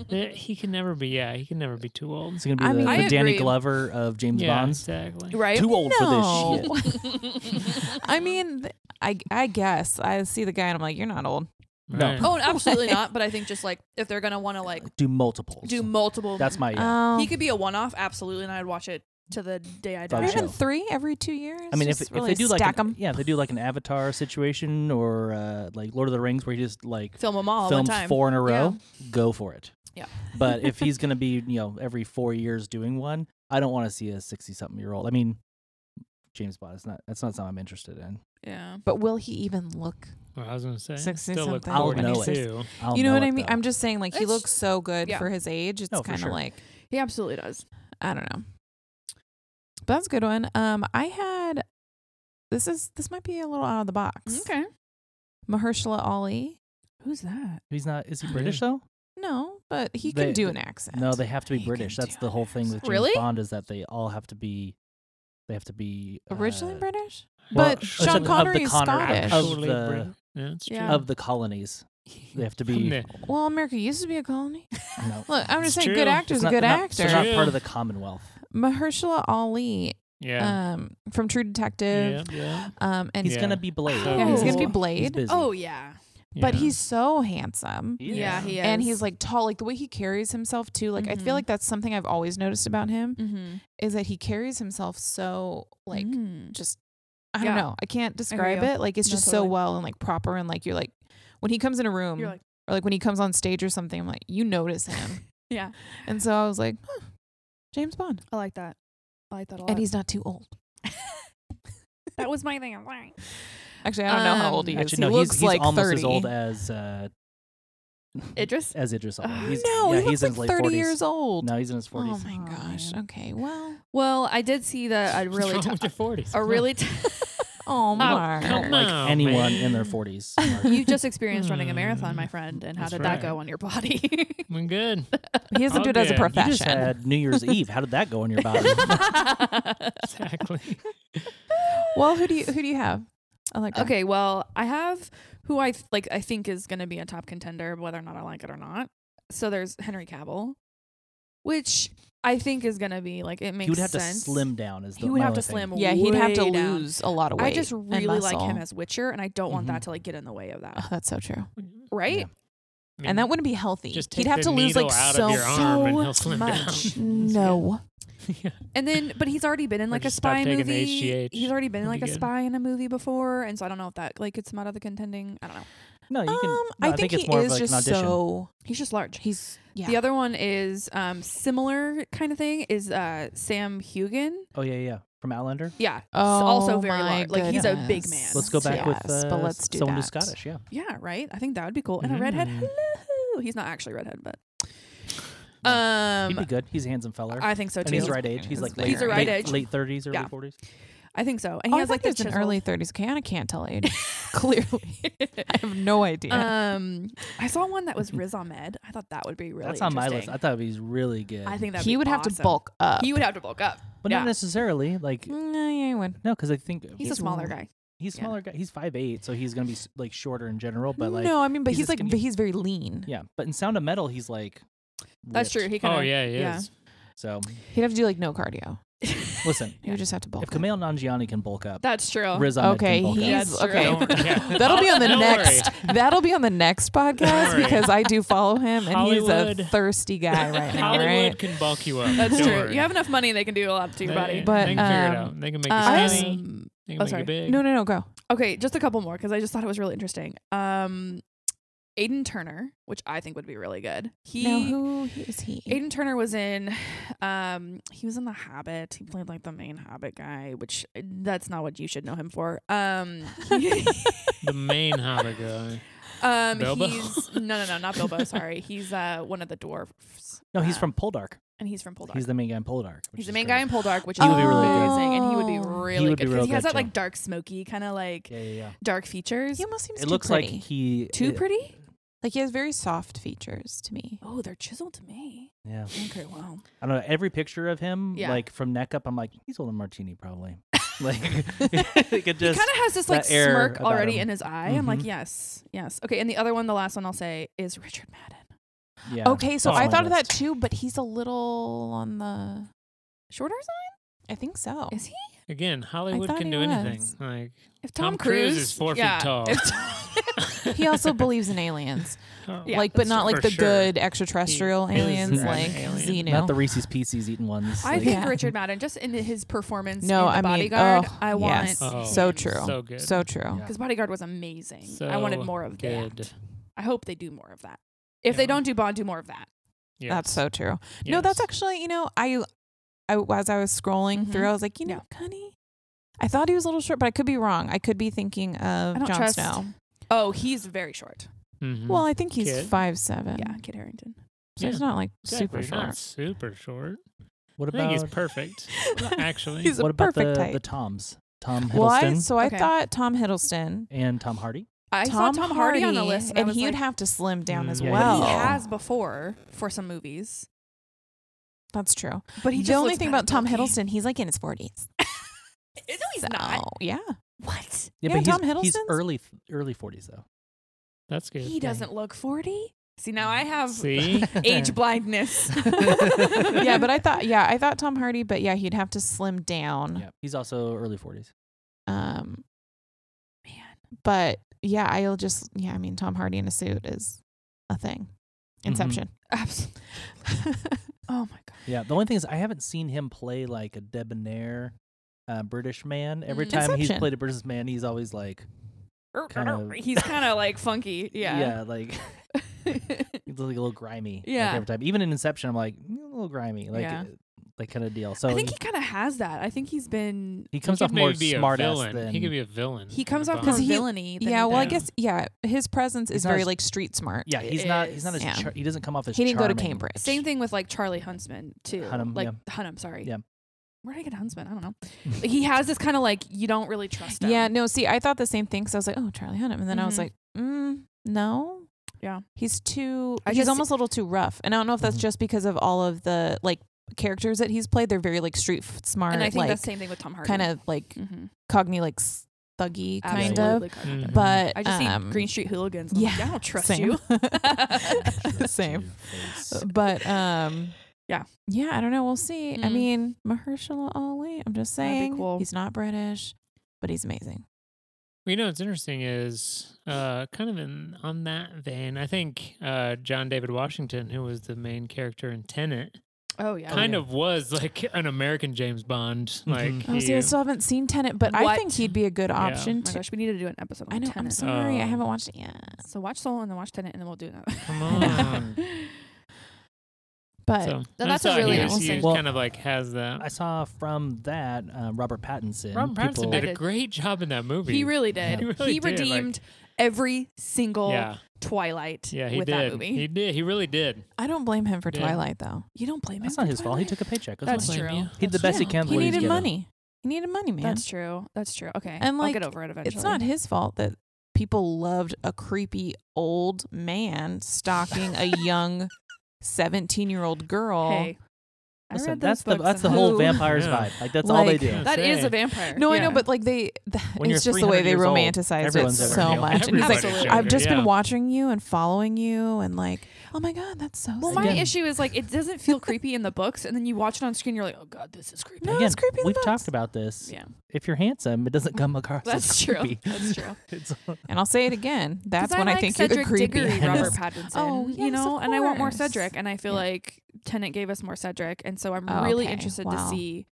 Eh, he can never be. Yeah, he can never be too old.
It's gonna be
I
the,
mean-
the
I
Danny
agree.
Glover of James
yeah,
Bonds.
exactly.
Right?
Too old for this shit.
No. <laughs> I mean, th- I I guess I see the guy and I'm like, you're not old.
No.
Right.
Oh, absolutely not. But I think just like if they're gonna want to like
Do multiples.
do multiple,
That's my. uh, Yeah.
Um,
he could be a one-off. Absolutely, and I'd watch it to the day I
Thought
or
die.
so.
even three every two years.
I mean, if,
Just
if
really
they do like
stack
an,
them,
yeah, if they
<laughs>
do like an Avatar situation or uh, like Lord of the Rings, where he just like
Film them all
films
one time.
four in a row, go for it.
Yeah.
<laughs>
But if he's <laughs> gonna be you know every four years doing one, I don't want to see a sixty-something year old. I mean, James Bond. It's not. That's not something I'm interested in.
yeah.
but will he even look?
Well, I was gonna say,
60
still look
something.
I'll
forward
know it.
to.
I'll
you know, what
it,
I mean?
though.
I'm just saying, like he
It's-
looks so good
yeah.
for his age. It's
No, for
kind of
sure.
like
He absolutely does.
I don't know. But that's a good one. Um, I had this is this might be a little out of the box.
Okay.
Mahershala Ali.
Who's that?
He's not. Is he British though?
No, but he
They-
can do an
they-
accent.
No, they have to be
He can
British.
do
That's the
an
whole thing with James
Really?
Bond is that they all have to be. They have to be
originally
uh,
British.
well,
but
uh,
of
Sean
the
Connery is
Connery-
Scottish.
Of
Actually,
the,
yeah, that's true.
Yeah.
of the colonies, they have to be.
From
Well, America used to be a colony.
you know,
Look, I'm just
It's
saying,
true.
good actor's
it's
a
not-
good
they're not-
actor.
They're not
True.
part of the Commonwealth.
Mahershala Ali,
yeah.
um, from True
yeah,
Detective,
yeah,
um, and
He's
yeah,
gonna be Blade.
Yeah,
he's gonna be
Oh.
He's
Blade,
busy.
Oh yeah.
but
yeah.
he's so handsome.
He
Yeah,
is.
he is.
And he's like tall, like the way he carries himself too. Like I
Mhm.
feel like that's something I've always noticed about him
mm-hmm.
is that he carries himself so like just I don't
Mm. Yeah.
know. I can't describe
you.
it. Like it's
No,
just
totally.
so well and like proper and like you're like when he comes in a room
you're like,
or like when he comes on stage or something, I'm like you notice
<laughs>
him.
yeah,
and so I was like, huh, James Bond,
I like that. I like that a lot.
and he's not too old.
that was my thing. I'm like,
Actually, I don't know how
Um,
old he is.
Actually,
he
no, he's,
looks
he's
like
almost
30.
as old as uh,
Idris.
as Idris Elba.
Oh,
He's,
no,
yeah,
he looks
he's in his
like
late
30
40s.
years old.
No, he's in his
oh
forties.
my
Oh,
gosh.
man.
Okay. Well.
Well, I did see that. I
<laughs> What's
really,
wrong
t-
with your forties.
<laughs> a
<laughs>
really. T-
Oh,
come
Mark.
I don't like
No,
anyone
Oh, man. <laughs>
in their forties.
<laughs>
you just experienced running a marathon,
Hmm.
my friend, and how
That's
did
right.
that go on your body?
I'm
<laughs>
good.
He doesn't do it as
Okay. You
a
just
You just
profession.
had
<laughs>
New Year's Eve. How did that go in your body?
Exactly.
well, who do you who do you have? I like that.
okay, well, I have who I th- like. I think is going to be a top contender, whether or not I like it or not. So there's Henry Cavill, which I think is going to be like it makes.
he would have to
sense.
slim down. Is the
He would
my
have
only
to
thing.
slim.
Yeah, he'd have to
way down.
lose a lot of weight.
I just
and
really like
muscle.
him as Witcher, and I don't want that
Mhm.
to like get in the way
<laughs>
of that,
Oh, that's so true.
right?
Yeah.
and that wouldn't be healthy.
Just take
he'd have
the
to lose
needle
like
out of
so
your arm and he'll
<laughs> so
slim down.
much. Um,
It's
No,
<laughs> yeah.
And then, but he's already been in
Or
like a
just stop
spy
taking the
movie.
HGH.
He's already been in
It'll
like
be
a
good.
spy in a movie before, and so I don't know if that like gets him out of the contending. I don't know.
No, you can.
um,
no,
I, think
it's
he
more
is
of like
just
an audition.
so
He's just large.
he's yeah.
The other one is um similar kind of thing is uh Sam Hugan.
Oh yeah, yeah. From Outlander.
Yeah, s-
oh,
also very
my
large. Like he's a big
goodness.
man.
Let's go back with
Yes,
uh,
but let's do
someone who's
that.
Scottish. Yeah.
Yeah, right. I think that would be cool. And a redhead.
Mhm.
Hello. He's not actually redhead, but
He'd be
um,
good. He's a handsome feller.
I think so
and
too.
he's the right age. He's like late,
He's the right
late,
age.
late 30s, early
Yeah.
40s.
I think so. And
Oh, I
he has
thought
like the
he was in
chiseled- <laughs>
early 30s. Okay, I can't tell age. <laughs> Clearly. <laughs> I have no idea.
Um, I saw one
<laughs>
that was Riz Ahmed. I thought that would be really.
That's on my list.
interesting.
I thought he's really good.
I think that
he would have to bulk up.
He would have to bulk up.
but
yeah. Mm.
not necessarily. Like
no, yeah, he would.
no, because I think
He's a smaller guy.
He's
yeah.
smaller guy. He's five eight, so he's gonna be s- like shorter in general. But like
no, I mean, but
he's
he's,
a
like,
skinny-
but he's very lean.
yeah. But in Sound of Metal, he's like
That's true.
ripped.
He kind
Oh
of.
yeah, he
yeah.
is.
So
He'd have to do like no cardio.
<laughs>
listen,
He would just have to bulk.
if Kamel Nanjiani can bulk up,
That's true.
Riz Ahmed
Okay,
can bulk
he's-
up.
That's true.
okay.
Don't- yeah.
<laughs> That'll be on the
Don't worry. <laughs>
next. That'll be on the
<laughs>
next podcast
worry.
because I do follow him and he's a
Hollywood.
thirsty guy right
<laughs>
now,
Hollywood
right?
can bulk you up.
That's
Don't
true.
worry.
You have enough money; they can do a lot to your
They-
body.
But,
they can figure it
um,
out. They can make
Um,
you skinny. They can
oh,
make
sorry.
you big.
No, no, no, go.
okay, just a couple more because I just thought it was really interesting. Um, Aiden Turner, which I think would be really good. He
now who is
<laughs>
he? <laughs>
Aiden Turner was in, um, he was in The Habit. He played like the main Hobbit guy, which uh, that's not what you should know him for. Um,
<laughs>
he-
The main Hobbit guy.
um,
Bilbo?
he's no, no, no, not Bilbo. Sorry, he's uh one of the dwarfs.
No, he's
Uh,
from Poldark.
and he's from Poldark.
He's
He's the,
the main guy in Poldark. which is
main
great.
guy in Poldark, which is
He would be really good.
amazing, and he would be
Oh.
really
would
good
be
because
real
he has
good,
that like
too.
dark smoky kind of like
Yeah, yeah, yeah.
dark features.
He almost seems
It
too
looks like
pretty.
he
Too
it-
pretty.
Like he has very soft features to me.
Oh, they're chiseled to me.
Yeah,
Okay, wow.
I don't know. Every picture of him,
Yeah.
like from neck up, I'm like, he's holding a
<laughs>
martini probably. like, <laughs> it could
he
just
kind of has this like
that air
smirk
about
already
him.
in his eye. I'm like,
Mhm.
yes, yes. Okay, and the other one, the last one I'll say is Richard Madden.
yeah.
okay, so
that's
I
my
thought of that
list.
too, but he's a little on the.
Shorter
I
sign?
think so.
Is he?
Again, Hollywood
thought
can
he
do anything.
was.
Like
If
Tom
Tom,
Cruise is four feet
yeah,
tall. <laughs>
<laughs>
if-
he also believes in aliens,
oh,
<laughs> Yeah,
like, but
that's
not like
for
the
sure.
good extraterrestrial
He is
aliens,
an
like
alien.
Xenu.
Not the Reese's Pieces eating ones.
I
like-
think
Yeah.
Richard Madden, just in his performance
No,
in
I
the
mean,
Bodyguard,
oh,
I want
yes.
Oh,
So true.
So good.
so true.
Yeah.
Because Bodyguard was amazing. I wanted
So
more of
good.
that. I hope they do more of that. If they
Yeah.
don't do Bond, do more of that.
Yes.
That's so true. No, that's
Yes.
actually, you know, I, I as I was scrolling through,
Mhm.
I was like, you know, Cunny. I thought he was a little short, but I could be wrong. I could be thinking
I
of
don't
Jon
trust.
Snow.
Oh, he's very short.
Mhm.
Well, I think he's
Mm-hmm. Kid.
five seven.
Yeah, Kid Harrington.
so he's
Yeah,
not like super
Exactly,
short.
Not super short.
What
I think
about
he's perfect.
<laughs>
Actually,
He's a
what about
perfect
the,
type.
the Toms? Tom
Well, I,
Hiddleston
so I
Okay.
thought Tom Hiddleston,
and Tom Hardy.
I
Tom,
saw Tom Hardy, on the list, and, I
and,
was
he would Oh.
like,
have to slim down
Mm,
as
yeah,
But
well.
he has before for some movies.
That's true.
But he just
the only
looks
thing
kinda
about Tom
bulky.
Hiddleston, he's like in his forties.
Is- no, he's <laughs> not.
Yeah,
What?
Yeah,
but he's,
Tom
he's
Hiddleston's-
early early forties though.
that's good.
He doesn't look forty. See, now I have
See,
<laughs>
age
<laughs>
<laughs>
blindness.
yeah. But I thought, yeah, I thought Tom Hardy, but yeah, he'd have to slim down.
Yeah, he's also early forties.
Um,
Man,
but yeah, I'll just yeah. I mean, Tom Hardy in a suit is a thing.
<laughs>
Mm-hmm.
Inception.
absolutely. Oh my god.
Yeah, the only thing is I haven't seen him play like a debonair uh, British man. Every
Mm.
time
Inception.
he's played a British man, he's always like, Kinda-
He's kind of like funky. Yeah.
yeah, like <laughs>
<laughs>
he's like a little grimy. like,
Yeah.
every time, even in Inception, I'm like "Mm, a little grimy, like
Yeah.
uh, like kind of deal. So
I think
he,
he kind of has that. I think he's been.
he comes
he
off
could
more
maybe be a
smart ass
villain.
than
He could be a villain.
He comes off
in a
more
Because
Bond.
he-
villainy. Than
yeah.
he
Well, I
does.
guess yeah. His presence
He's
is
not
very
as-
like street smart.
yeah, he's not he's not as
Yeah.
char- he doesn't come off as
He didn't go to
charming.
Cambridge.
Same thing with like Charlie Huntsman too.
Hunnam,
like
yeah.
Hunnam, sorry.
Yeah.
Where did I get Huntsman? I don't know.
<laughs>
he has this kind of like you don't really trust him.
Yeah. No. See, I thought the same thing. Cause I was like, oh, Charlie Hunnam, and then I was
Mhm.
like, mm, no.
Yeah.
He's too.
I Mm-hmm.
he's
just-
almost a little too rough, and I don't know if that's
Mhm.
just because of all of the like characters that he's played. They're very like street f- smart,
and I think
like
that's the same thing with Tom Hardy.
kind of like
Mhm.
cogni, like s- thuggy kind of.
Absolutely.
Mhm.
cognitive.
But
I just
um,
see Green Street Hooligans. and I'm like,
yeah,
I don't trust
same.
you.
<laughs> Just
<laughs> Same.
your face.
but um
Yeah.
yeah i don't know we'll see i
Mm.
mean mahershala ali i'm just
That'd be
saying
cool.
he's not british but he's amazing
Well, You know what's interesting is uh, kind of in on that vein. I think uh, John David Washington, who was the main character in Tenet,
Oh yeah.
kind
yeah.
of was like an American James Bond. Like
Mhm.
oh see i
he-
still haven't seen tenant but i
What?
think he'd be a good
Yeah.
Oh
option
my
too
gosh, we need to do an episode. On
i know i'm
Tenet.
sorry i
Um,
haven't watched it yet
So watch Soul and then watch Tenet, and then we'll do another.
come
<laughs>
Oh.
on.
Um,
<laughs> but
so I
that's
just
a
thought
really
he, was-
cool
he
thing.
was
Well,
kind of like has that.
I saw from that uh, Robert Pattinson.
Robert Pattinson
people-
did
I
a
did.
great job in that movie.
<laughs> he really did.
<laughs> He really
He,
did, like-
redeemed every single
yeah,
Twilight
yeah, he
with
did.
that movie.
He did. He really did.
i don't blame him for
Yeah.
twilight though
you don't blame him.
That's
for
not his fault. He
Twilight.
took a paycheck. That's
That's
Don't
fine.
blame
true.
you.
He did the best he
Yeah.
can. with
he
what he's
needed
given.
money he needed money man
That's true. That's true. Okay.
And,
I'll
like,
get over it eventually.
it's not his fault that people loved a creepy old man stalking
<laughs>
a young 17 year old girl.
Hey, I
Listen,
read
that's
those
the
books
that's the
and-
whole
Ooh.
vampires
Yeah.
vibe. Like that's all they
Like- <laughs>
do.
That is
Say.
a vampire.
No, I
Yeah.
know, but like they, th-
When you're
it's just the way
300
they
years old,
romanticized it
everyone's
ever
so
killed.
much. And he's like,
Everybody's
I've
sure,
just
yeah.
been watching you and following you, and like, oh my god, that's so.
Well,
sad.
my
Again.
issue is like it doesn't <laughs> feel creepy in the books, and then you watch it on screen, you're like, oh god, this is creepy.
No,
Again,
it's creepy in the
we've
books.
talked about this.
Yeah,
If you're handsome, it doesn't come across
that's
as
true.
creepy. <laughs>
That's true.
It's,
<laughs> and I'll say it again. That's
'Cause
when I,
like
think
Cedric
you're creepy.
Diggory,
I know.
Robert Pattinson.
Oh,
you
yes,
know,
of
and I want more
course.
Cedric, and I feel
Yeah.
like Tennant gave us more Cedric, and so I'm
Oh,
really
okay.
interested to
Wow.
see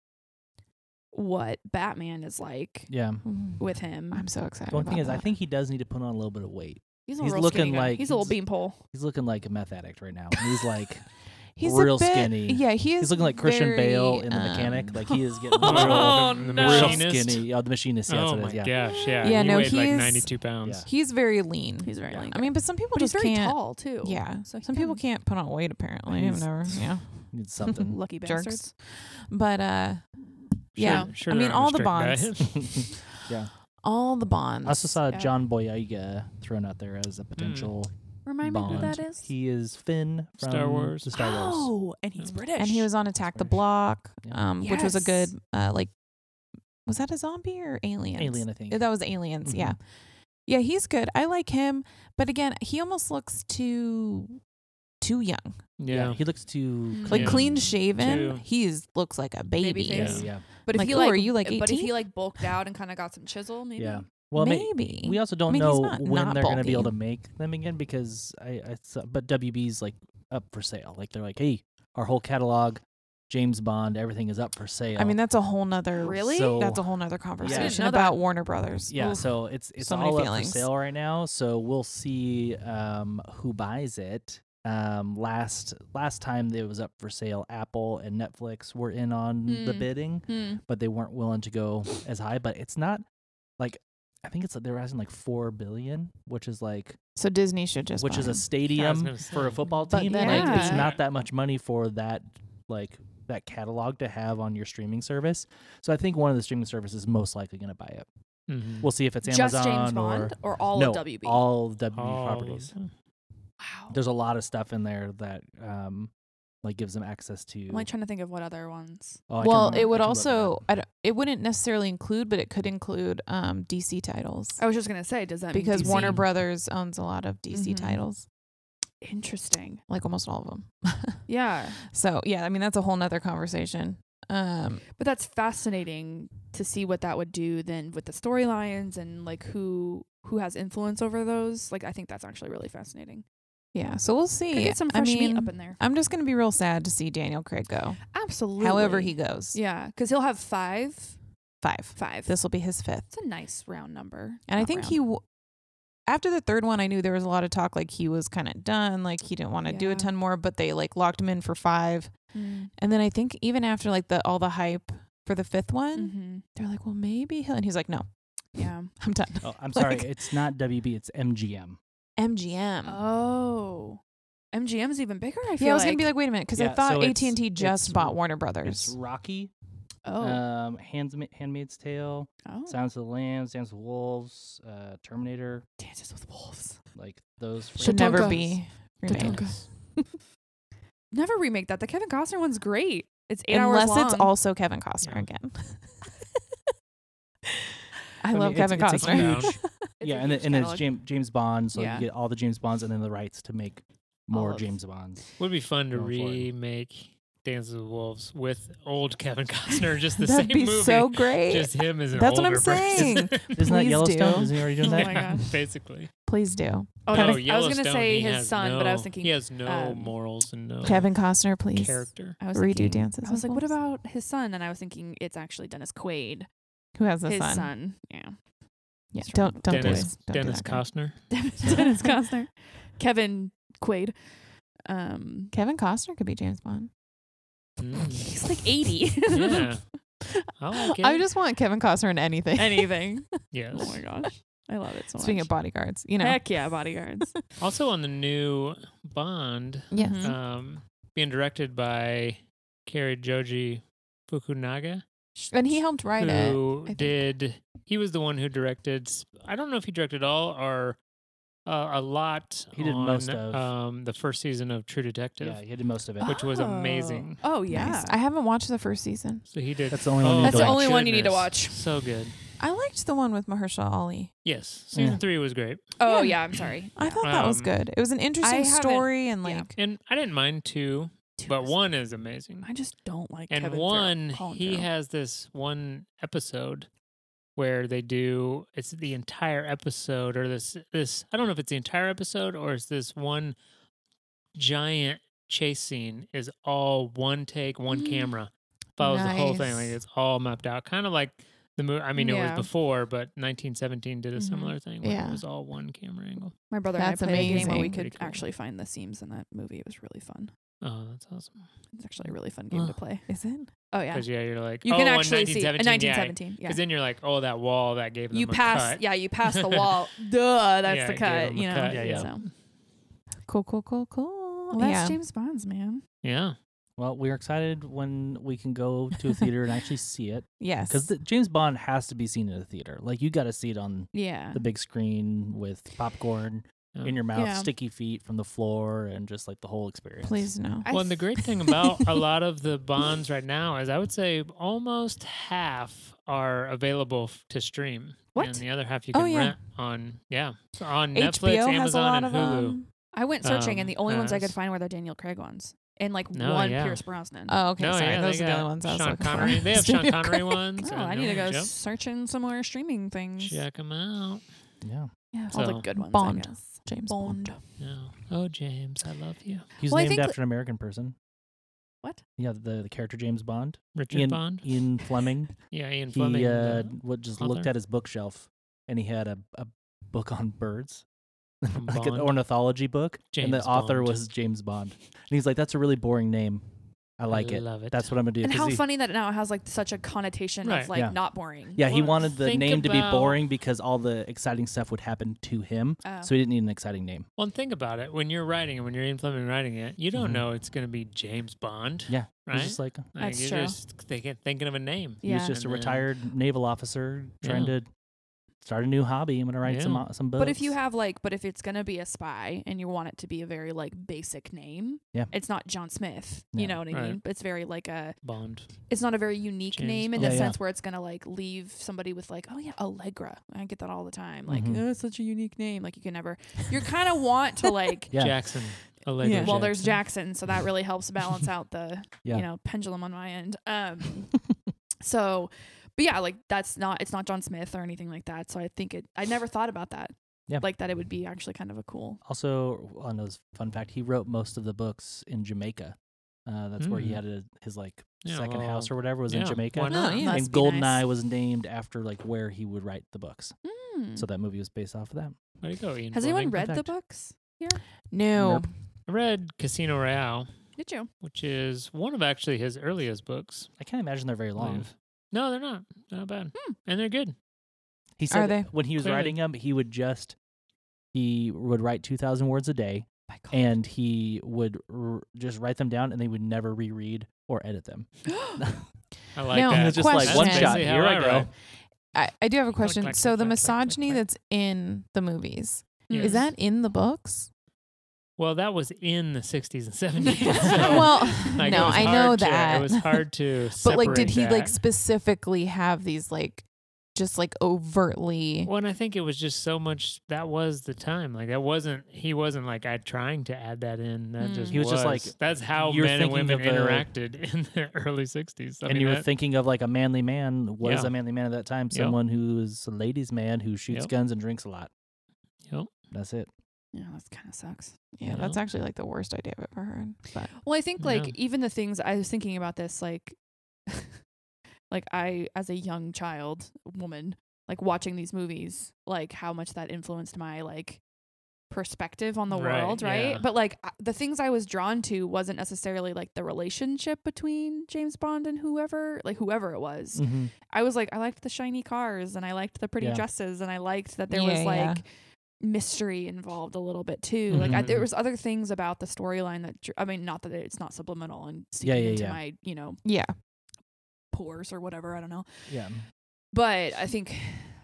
what Batman is like
yeah.
Mm.
<laughs>
with him.
I'm so excited.
The one thing
about
is, I
that.
think he does need to put on a little bit of weight.
He's a
He's
little
looking
skinny guy.
like-
he's a little beanpole.
He's looking like a meth addict right now. And
<laughs>
he's like
he's
real
a bit,
skinny.
Yeah, he is.
he's looking like Christian
very,
Bale in The
um,
Mechanic. Like he is getting real,
Oh,
The- the
no.
real
machinist.
skinny. Oh, the machinist. Yeah, that's
Oh
what it
my
is, yeah.
gosh, yeah.
Yeah,
he
no,
weighed like
he is-
92 pounds.
<laughs> He's very lean.
He's very
Yeah.
lean.
I mean, but some people
but he's
just
very
can't.
tall too.
Yeah,
So he
some people
can-
can't put on weight apparently. I've
He's- <laughs>
never. Yeah, <laughs>
Needs something.
Lucky
Jerks.
bastards.
but uh, yeah.
Sure, sure
I
they're
mean,
on a
all the
strict diet.
bonds, all the bonds.
I also saw
Yeah.
John Boyega thrown out there
Hmm.
as a potential
Remind me who
bond.
that is.
He is Finn from
Star Wars.
The Star Wars.
Oh, and he's
Yeah.
British.
and he was on Attack the
British.
Block,
Yeah.
um, which was a good
Yes.
uh, like. Was that a zombie or aliens?
Alien, I think.
Uh, That was aliens.
Mhm.
Yeah, yeah, he's good. I like him, but again, he almost looks too too young,
Yeah.
He looks too
Mm.
Hmm. like
Yeah.
clean shaven.
Too.
He is, looks like a baby.
Baby
Yeah,
face.
yeah.
But if
Like,
he
oh,
like,
are you, like,
But if he
18?
like bulked out and kind of got some chisel, maybe.
Yeah. Well, I mean,
Maybe
we also don't
mean, he's
know
not-
when
not
they're going to be able to
bulky.
make them again because I, I saw- but WB's like up for sale. Like they're like, hey, our whole catalog, James Bond, everything is up for sale.
I mean, that's a whole nother.
Really?
So,
That's a whole nother conversation
know that.
about Warner Brothers.
yeah,
Oof.
so it's it's
so many
all up for
feelings.
sale right now. So we'll see um, who buys it. Um, last last time it was up for sale, Apple and Netflix were in on the
Mm.
bidding,
Hmm.
but they weren't willing to go as high. But it's not like I think it's they were asking like four billion, which is like
So Disney should just
which
buy
is a
him.
stadium
gonna
for a
say.
football
But
team.
then
like,
I
It's
think-
not that much money for that like that catalog to have on your streaming service. So I think one of the streaming services is most likely going to buy it.
Mhm.
We'll see if it's
Just
Amazon
James
or
Bond or, all
no,
of WB.
all of WB
All of
properties.
them.
wow.
There's a lot of stuff in there that um like gives them access to.
I'm like trying to think of what other ones.
oh, I can
well,
look- I
it would
can look it up.
also I don't, it wouldn't necessarily include, but it could include um, DC titles
I was just gonna say, does that mean
because
DC?
Warner Brothers owns a lot of DC
Mhm.
titles,
Interesting.
like almost all of them.
Yeah,
so yeah, I mean that's a whole nother conversation. Um,
but that's fascinating to see what that would do then with the storylines and like who who has influence over those. Like I think that's actually really fascinating.
yeah, so we'll
Could
see.
get some
I
fresh meat up
mean,
in there.
I'm just gonna be real sad to see Daniel Craig go.
Absolutely.
However he goes,
Yeah, because he'll have five.
five.
Five.
This will be his fifth.
it's a nice round number.
And I
Not
think
round.
he, w- after the third one, I knew there was a lot of talk like he was kind of done, like he didn't want to do
Yeah.
a ton more, but they like locked him in for five.
Mm.
And then I think even after like the all the hype for the fifth one,
hmm
they're like, well, maybe he'll. And he's like, no,
Yeah.
I'm done.
Oh,
<laughs>
I'm sorry,
like-
it's not WB, it's MGM.
MGM.
Oh. MGM's even bigger. I feel
yeah, I was
like.
gonna be like, wait a minute, because
Yeah,
I thought
so it's-
AT and T
it's-
just bought Warner
It's
Brothers.
Rocky,
oh,
uh,
um, Hands, Handmaid's Tale,
oh,
Sounds of the Lambs, Dance of the Wolves, uh, Terminator,
Dances with Wolves.
like those
Should
Don't
never
go.
be remade
go. Never remake that. The Kevin Costner one's great. It's eight hours
unless
long.
it's also Kevin Costner
Yeah.
again. I,
mean,
love
it's-
Kevin
it's a
Costner. <laughs>
huge-
It's
yeah,
a
and,
huge
it- and it's
catalog.
James, James Bond, so
Yeah.
you get all the James Bonds and then the rights to make more
of-
James Bonds.
Would be fun to
Going forward.
remake Dances with Wolves with old Kevin Costner, just the
That'd
same
be
movie.
so great.
just him as an
Eh, That's what
older <laughs>
I'm saying.
person.
Isn't that
Please
Yellowstone?
do.
Isn't he
<laughs>
already doing
Oh
that?
my gosh.
Basically.
Please do.
no,
Oh,
Kevin-
I was gonna
Yellowstone,
say
he
his
has
son, but I was
no-
thinking
he has no
um,
morals and no
Kevin Costner, please.
character.
I was
Redo
thinking,
dances
I was
with
like, what
wolves.
about his son? And I was thinking it's actually Dennis Quaid,
Who has a
his
son?
son.
<laughs>
Yeah, <laughs>
Yeah,
It's
don't don't
Dennis-
do it. Don't do
Dennis
that, guys.
Costner.
<laughs>
Dennis <laughs> Costner, Kevin Quaid. Um,
Kevin Costner could be James Bond. <laughs>
Mm.
he's like eighty.
yeah. <laughs> I like it.
I just want Kevin Costner in anything.
<laughs> Anything.
yes.
Oh my gosh, I love it so
<laughs>
much.
Speaking of bodyguards, you know.
Heck yeah, bodyguards.
Also on the new Bond,
Yes.
Mhm.
um, being directed by Kerry Joji Fukunaga,
and he helped write it.
who
think.
did he was the one who directed s- i don't know if he directed all or uh, a lot
He did
on,
most of-
um, the first season of true detective
Yeah, he did most of it.
<laughs> Which was
Oh.
amazing.
Oh yeah.
Nice. I haven't watched the first season.
so he did Oh
That's the only one you
That's
need
the
to
only
watch.
one you need to watch.
so good
I liked the one with Mahershala Ali.
yes season
Yeah.
three was great
Oh
Yeah.
yeah, I'm sorry.
I thought that was
Um,
good. It was an
I
interesting
haven't-
story and
yeah.
like
and i didn't mind two but one is amazing
I just don't like
and
Kevin Farrell-
one
Colin
he
Farrell.
has this one episode where they do it's the entire episode or this this I don't know if it's the entire episode or it's this one giant chase scene is all one take one
Mm.
camera follows the whole thing like
Nice.
it's all mapped out kind of like the movie I mean it
Yeah. Mm-hmm.
was before but 1917 did a
Mhm.
similar thing where
Yeah.
it was all one camera angle
My brother and I
That's
played a game where we
amazing.
Pretty
could
cool.
actually find the seams in that movie. It was really fun.
oh that's awesome
It's actually a really fun game to
Ugh.
play.
is it?
Oh yeah.
because yeah. you're like
You
oh,
can
well,
actually see in
1917 yeah,
1917. Yeah.
Because then you're like, oh, that wall that gave them
You
a
pass,
cut.
yeah, you
<laughs>
pass the wall. Duh,
Yeah,
that's the
it gave
cut,
him a
you know.
cut, yeah, yeah.
So.
Cool, cool, cool, cool.
Well, that's
yeah.
James Bond's man.
Yeah.
Well, we are excited when we can go to a theater and actually see it
yes.
because James Bond has to be seen in a theater. Like you got to see it on
Yeah.
the big screen with popcorn
Oh, Yeah.
in your mouth,
Yeah.
sticky feet from the floor, and just like the whole experience.
Please no.
I
well, and the
th-
great thing about
<laughs>
a lot of the bonds right now is I would say almost half are available f- to stream.
What?
And the other half you
Oh,
can
yeah.
rent on, yeah, so on Netflix,
HBO has a
Amazon,
lot
and
of
Hulu.
um,
I went searching,
um,
and the only ones I could
as-
find were the Daniel Craig ones, and like
No,
one
yeah.
Pierce Brosnan.
Oh, okay.
no,
sorry.
yeah,
Those
they
are the
got
other ones I was
Sean
looking
Connery.
for.
They
<laughs>
have Sean
Daniel
Connery
Craig.
ones.
Oh,
and
I need to
new
go
ones,
searching some more streaming things.
yep. Check them out.
Yeah.
Yeah.
All the
So-
good ones.
Bond.
I guess.
James Bond.
Bond.
Yeah. Oh, James, I love you.
He's
Well, I
named
think-
after an American person.
What?
Yeah, the, the character James Bond,
Richard
Ian,
Bond.
Ian Fleming.
Yeah, Ian
he
Fleming.
uh,
the-
what just
author.
looked at his bookshelf and he had a, a book on birds,
From
like an
Bond.
ornithology book, and
James
the author
Bond.
was James Bond. And he's like, "That's a really boring name. I like it.
love it.
That's what I'm gonna do."
And
'Cause
how
he-
funny that it now has like such a connotation
Right.
of like
Yeah.
not boring.
Yeah, he
Well,
wanted the
think
name to be
about-
boring because all the exciting stuff would happen to him,
Oh.
so he didn't need an exciting name.
Well, and think about it. When you're writing and when you're Ian Fleming writing it, you don't
Mhm.
know it's going to be James Bond.
Yeah,
Right?
He's just like
Like,
That's
you're
true.
just thinking, thinking of a name.
Yeah.
he was just a
And then-
retired naval officer trying
Yeah.
to start a new hobby. I'm gonna write
Yeah.
some some books.
But if you have like, but if it's gonna be a spy and you want it to be a very like basic name,
Yeah.
it's not John Smith. You
Yeah.
know what I
Right.
mean? It's very like a,
Bond.
it's not a very unique
James
name in
Bond.
the
Yeah, yeah.
sense where it's gonna like leave somebody with like, oh yeah, Allegra. I get that all the time. Like,
Hmm.
Mhm.
oh, it's such a unique name. Like you can never. You kind of want to
<laughs>
like.
Yeah.
Jackson. Allegra
Yeah.
Well, there's Jackson, so that really helps balance out the
<laughs> Yeah.
you know pendulum on my end. Um, so, but yeah, like that's not it's not John Smith or anything like that. So I think it. I never thought about that.
Yeah.
Like that, it would be actually kind of a cool
also on those fun fact, he wrote most of the books in Jamaica. Uh, that's where he
Mm.
had a, his like
Yeah,
second house
well,
or whatever was in
yeah,
Jamaica.
why not?
Oh, yeah.
And
Must be
Goldeneye
nice.
was named after like where he would write the books.
Hmm.
So that movie was based off of that.
Way to go, Ian
Has anyone
Fleming.
read the
fact.
books?
<laughs> No.
Nope.
I read Casino Royale,
Did
<laughs>
you? <laughs>
which is one of actually his earliest books.
I can't imagine they're very
I
long.
believe. No, they're not. They're not bad.
Hmm.
And they're good.
He said
they?
when he was
Clearly.
writing them, he would just he would write two thousand words a day,
My
Oh.
God.
and he would r- just write them down, and they would never reread or edit them.
I like
Now,
that.
And
it's just like
question.
one
That's
shot.
basically how
Here I go.
write.
I, I do have a
Click,
question.
click,
so
click,
the
click, click, click,
misogyny
click.
that's in the movies
Yes.
is that in the books?
Well, that was in the 60s
<laughs>
and 70s. so,
well,
<laughs>
like, it
no,
was
I know
hard to-
that.
It was hard to
<laughs> but like, did
separate
he like
that.
specifically have these like just like overtly?
Well, and I think it was just so much. That was the time. Like that wasn't. He wasn't like I trying to add that in. That
Mm.
just
He was just like,
that's how
"You're
men and
thinking
women
of a-
interacted <laughs> in the early '60s. I
and
mean,
you were
that-
thinking of like a manly man was
Yeah.
a manly man at that time,
Yep.
someone who is a ladies' man who shoots
Yep.
guns and drinks a lot.
Yep.
That's it.
yeah, that kind of sucks.
yeah,
you
that's
know?
actually like the worst idea I've ever heard. But
Well, I think like
Yeah.
even the things I was thinking about this, like, <laughs> like I as a young child woman, like watching these movies, like how much that influenced my like perspective on the
Right,
world, right?
yeah.
But like I- the things I was drawn to wasn't necessarily like the relationship between James Bond and whoever, like whoever it was.
Mm-hmm.
I was like, I liked the shiny cars and I liked the pretty
Yeah.
dresses and I liked that there
Yeah,
was like
yeah.
mystery involved a little bit too. Like I, there
Mm-hmm.
Mhm.
was other things about the storyline that dr- I mean, not that it's not subliminal and
Yeah,
seeping
yeah,
into
yeah.
my you know
yeah,
course or whatever. I don't know.
Yeah.
But I think,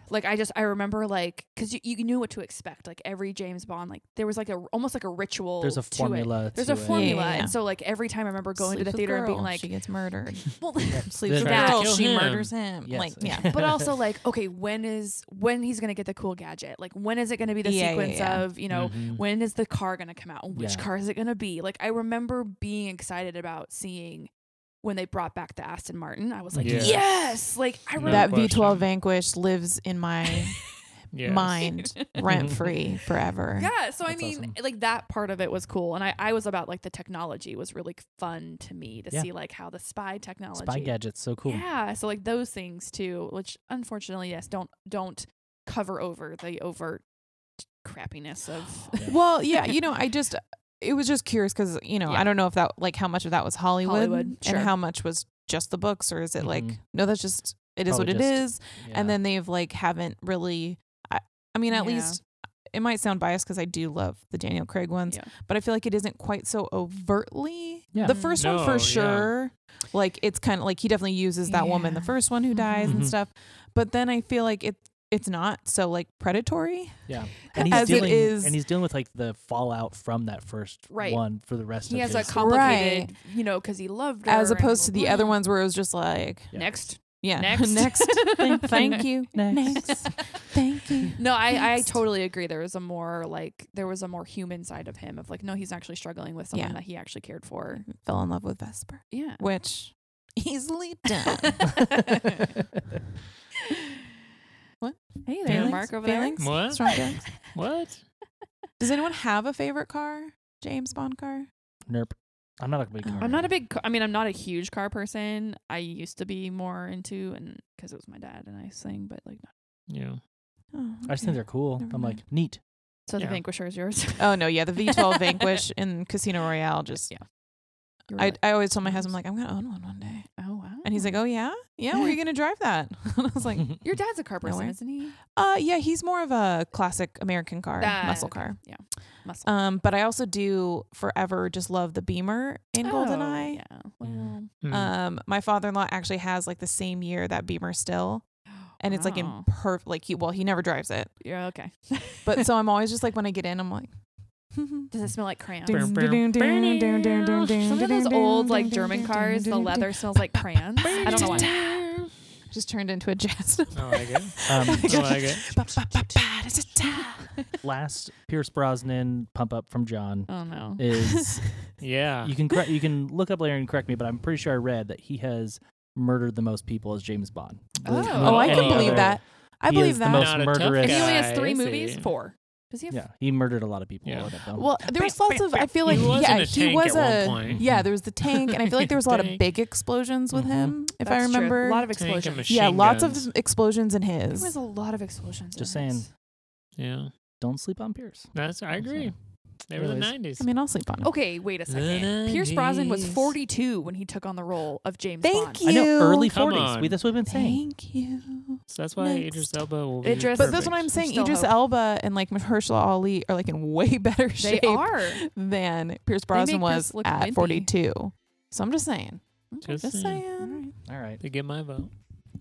like, I just I remember like because you, you knew what to expect. Like every James Bond, like there was like a almost like a ritual.
There's a
to it.
formula.
There's
to
a
it.
formula,
Yeah, yeah, yeah.
and so like every time I remember going
Sleeps
to
with
the theater and being
girl,
like,
she gets murdered.
well, <laughs>
<laughs>
Sleeps
That's
with
right.
girl,
Kill
she
him.
murders him.
Yes.
Like yeah.
<laughs>
but
<laughs>
also like okay when is when he's gonna get the cool gadget like when is it gonna be the
Yeah, yeah,
sequence
yeah.
of you know
Mm-hmm.
Mhm.
when is the car gonna come out and which
Yeah.
car is it gonna be like i remember being excited about seeing when they brought back the aston martin i was like
Yeah.
yes like i
No
remember
that
question.
V12 Vanquish lives in my
Yes.
mind rent free forever.
yeah so i
That's
mean
awesome.
like that part of it was cool and I, I was about like the technology was really fun to me to
Yeah.
see like how the spy technology
Spy gadgets, so cool.
Yeah, so like those things too, which unfortunately, yes, don't don't cover over the overt crappiness of <laughs>
Well, yeah, you know, I just it was just curious because you know
Yeah.
I don't know if that like how much of that was Hollywood,
Hollywood, sure.
and how much was just the books, or is it like
Mhm.
no, that's just it is
Probably
what it
just-
is, and then they've like haven't really. I, I mean, at
Yeah.
least it might sound biased because I do love the Daniel Craig ones,
Yeah.
but I feel like it isn't quite so overtly.
Yeah.
The first one
No, yeah.
for sure. Like it's kind of like he definitely uses that woman, the
Yeah.
first one who dies
Mhm.
and stuff. But then I feel like it it's not so like predatory.
and he's
as it
dealing,
is-
and he's dealing with like the fallout from that first
Right.
one for the rest
he
of
has a <laughs>
his.
complicated, you know, because he loved her
as
and
opposed to the
blah,
other
blah.
ones where it was just like,
Yeah.
Next,
yeah, <laughs>
next, <laughs>
thank, thank you,
Next.
next, thank you.
No, I, I
Next.
totally agree. There was a more like there was a more human side of him of like no, he's actually struggling with something
Yeah. Mm-hmm.
that he actually cared for.
Fell in love with Vesper,
Yeah.
which easily
<laughs>
done. <laughs> What?
Hey there,
Feelings?
Mark over
Feelings?
What?
Strong feelings.
<laughs>
What?
Does anyone have a favorite car? James Bond car?
<laughs> Nerp. I'm not a big.
I'm
car
there. I'm not
guy.
a big. ca- I mean, I'm not a huge car person. I used to be more into, and because it was my dad and I sing, but like
Yeah.
Oh,
I just think
okay.
they're cool.
Never
I'm
mind.
like neat.
So
Yeah.
the Vanquisher is yours. <laughs>
Oh no, yeah, the V12 Vanquish in Casino Royale. Just
yeah.
I, I always tell my husband like I'm gonna own one one day,
oh wow.
and he's like, oh yeah, yeah, where are you gonna drive that? <laughs> and I was like,
your dad's a car person,
Nowhere.
isn't he?
uh, yeah, he's more of a classic American car,
Ah,
muscle
okay.
car.
Yeah, muscle.
Um, but I also do forever just love the Beamer in
Oh,
Goldeneye.
Yeah. Well,
Hmm.
Um, my father-in-law actually has like the same year that Beamer still, and it's like in
wow.
perfect. Like he, well, he never drives it,
You're okay.
but so I'm always just like when I get in, I'm like.
Does it smell like crayons?
Burn.
Some
Some
of those old like German cars, the leather smells like crayons. I don't know why.
just turned into a jazz.
I like
<laughs>
it.
Um,
<laughs> I like it.
last Pierce Brosnan pump up
<laughs>
from John
Oh no.
is
Yeah.
you can correct, you can look up later and correct me, but I'm pretty sure I read that he has murdered the most people as James Bond.
Oh.
Than
Oh, I can
any
believe
other-
that. I
He
believe
is the
that.
most
Not a tough
murderous-
and he only
guy,
has three
is
movies.
he?
Four. Does he have?
Yeah, he murdered a lot of people.
Yeah.
at that film.
Well, there was lots of. I feel like
He was
yeah,
in a
he
tank
was
at
a.
one point.
Yeah, there was the tank, and I feel like there was a lot of
Tank.
big explosions with
Mhm.
him, if I
That's true.
remember.
A lot of
Tank and
explosions.
machine
yeah, lots
guns.
of explosions in
There was
his.
a lot of explosions. in
Just
this.
saying.
Yeah.
don't sleep on Pierce.
That's. I agree. They were the
Anyways.
nineties.
I mean, I'll sleep on it.
Okay, wait a
The
second. Pierce Brosnan was
90s.
42 when he took on the role of James Bond.
Thank you.
I know early
Come
40s. We,
on.
that's what we've been saying.
Thank you.
So that's why
Next.
Idris Elba will be.
Idris-
But that's what
perfect.
I'm saying.
Still
Idris
hope.
Elba and like Mahershala Ali are like in way <laughs> better
They
shape
are.
than Pierce
make
Brosnan
Pierce
was
look
at
wimpy.
42. So I'm just saying.
Just
Just
saying.
saying.
All right.
They get my vote.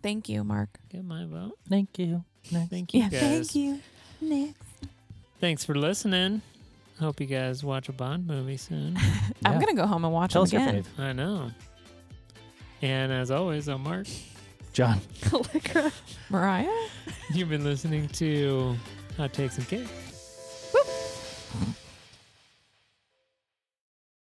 Thank you, Mark.
Get my vote.
Thank you. Next.
Thank you
Yeah,
guys.
thank you. Next.
Thanks for listening. Hope you guys watch a Bond movie soon. <laughs>
I'm
Yeah.
going to go home and watch him
Tell us your
again.
fave.
I know. And as always, I'm Mark. <laughs>
John.
Mariah?
You've been listening to Hot Takes and Cake.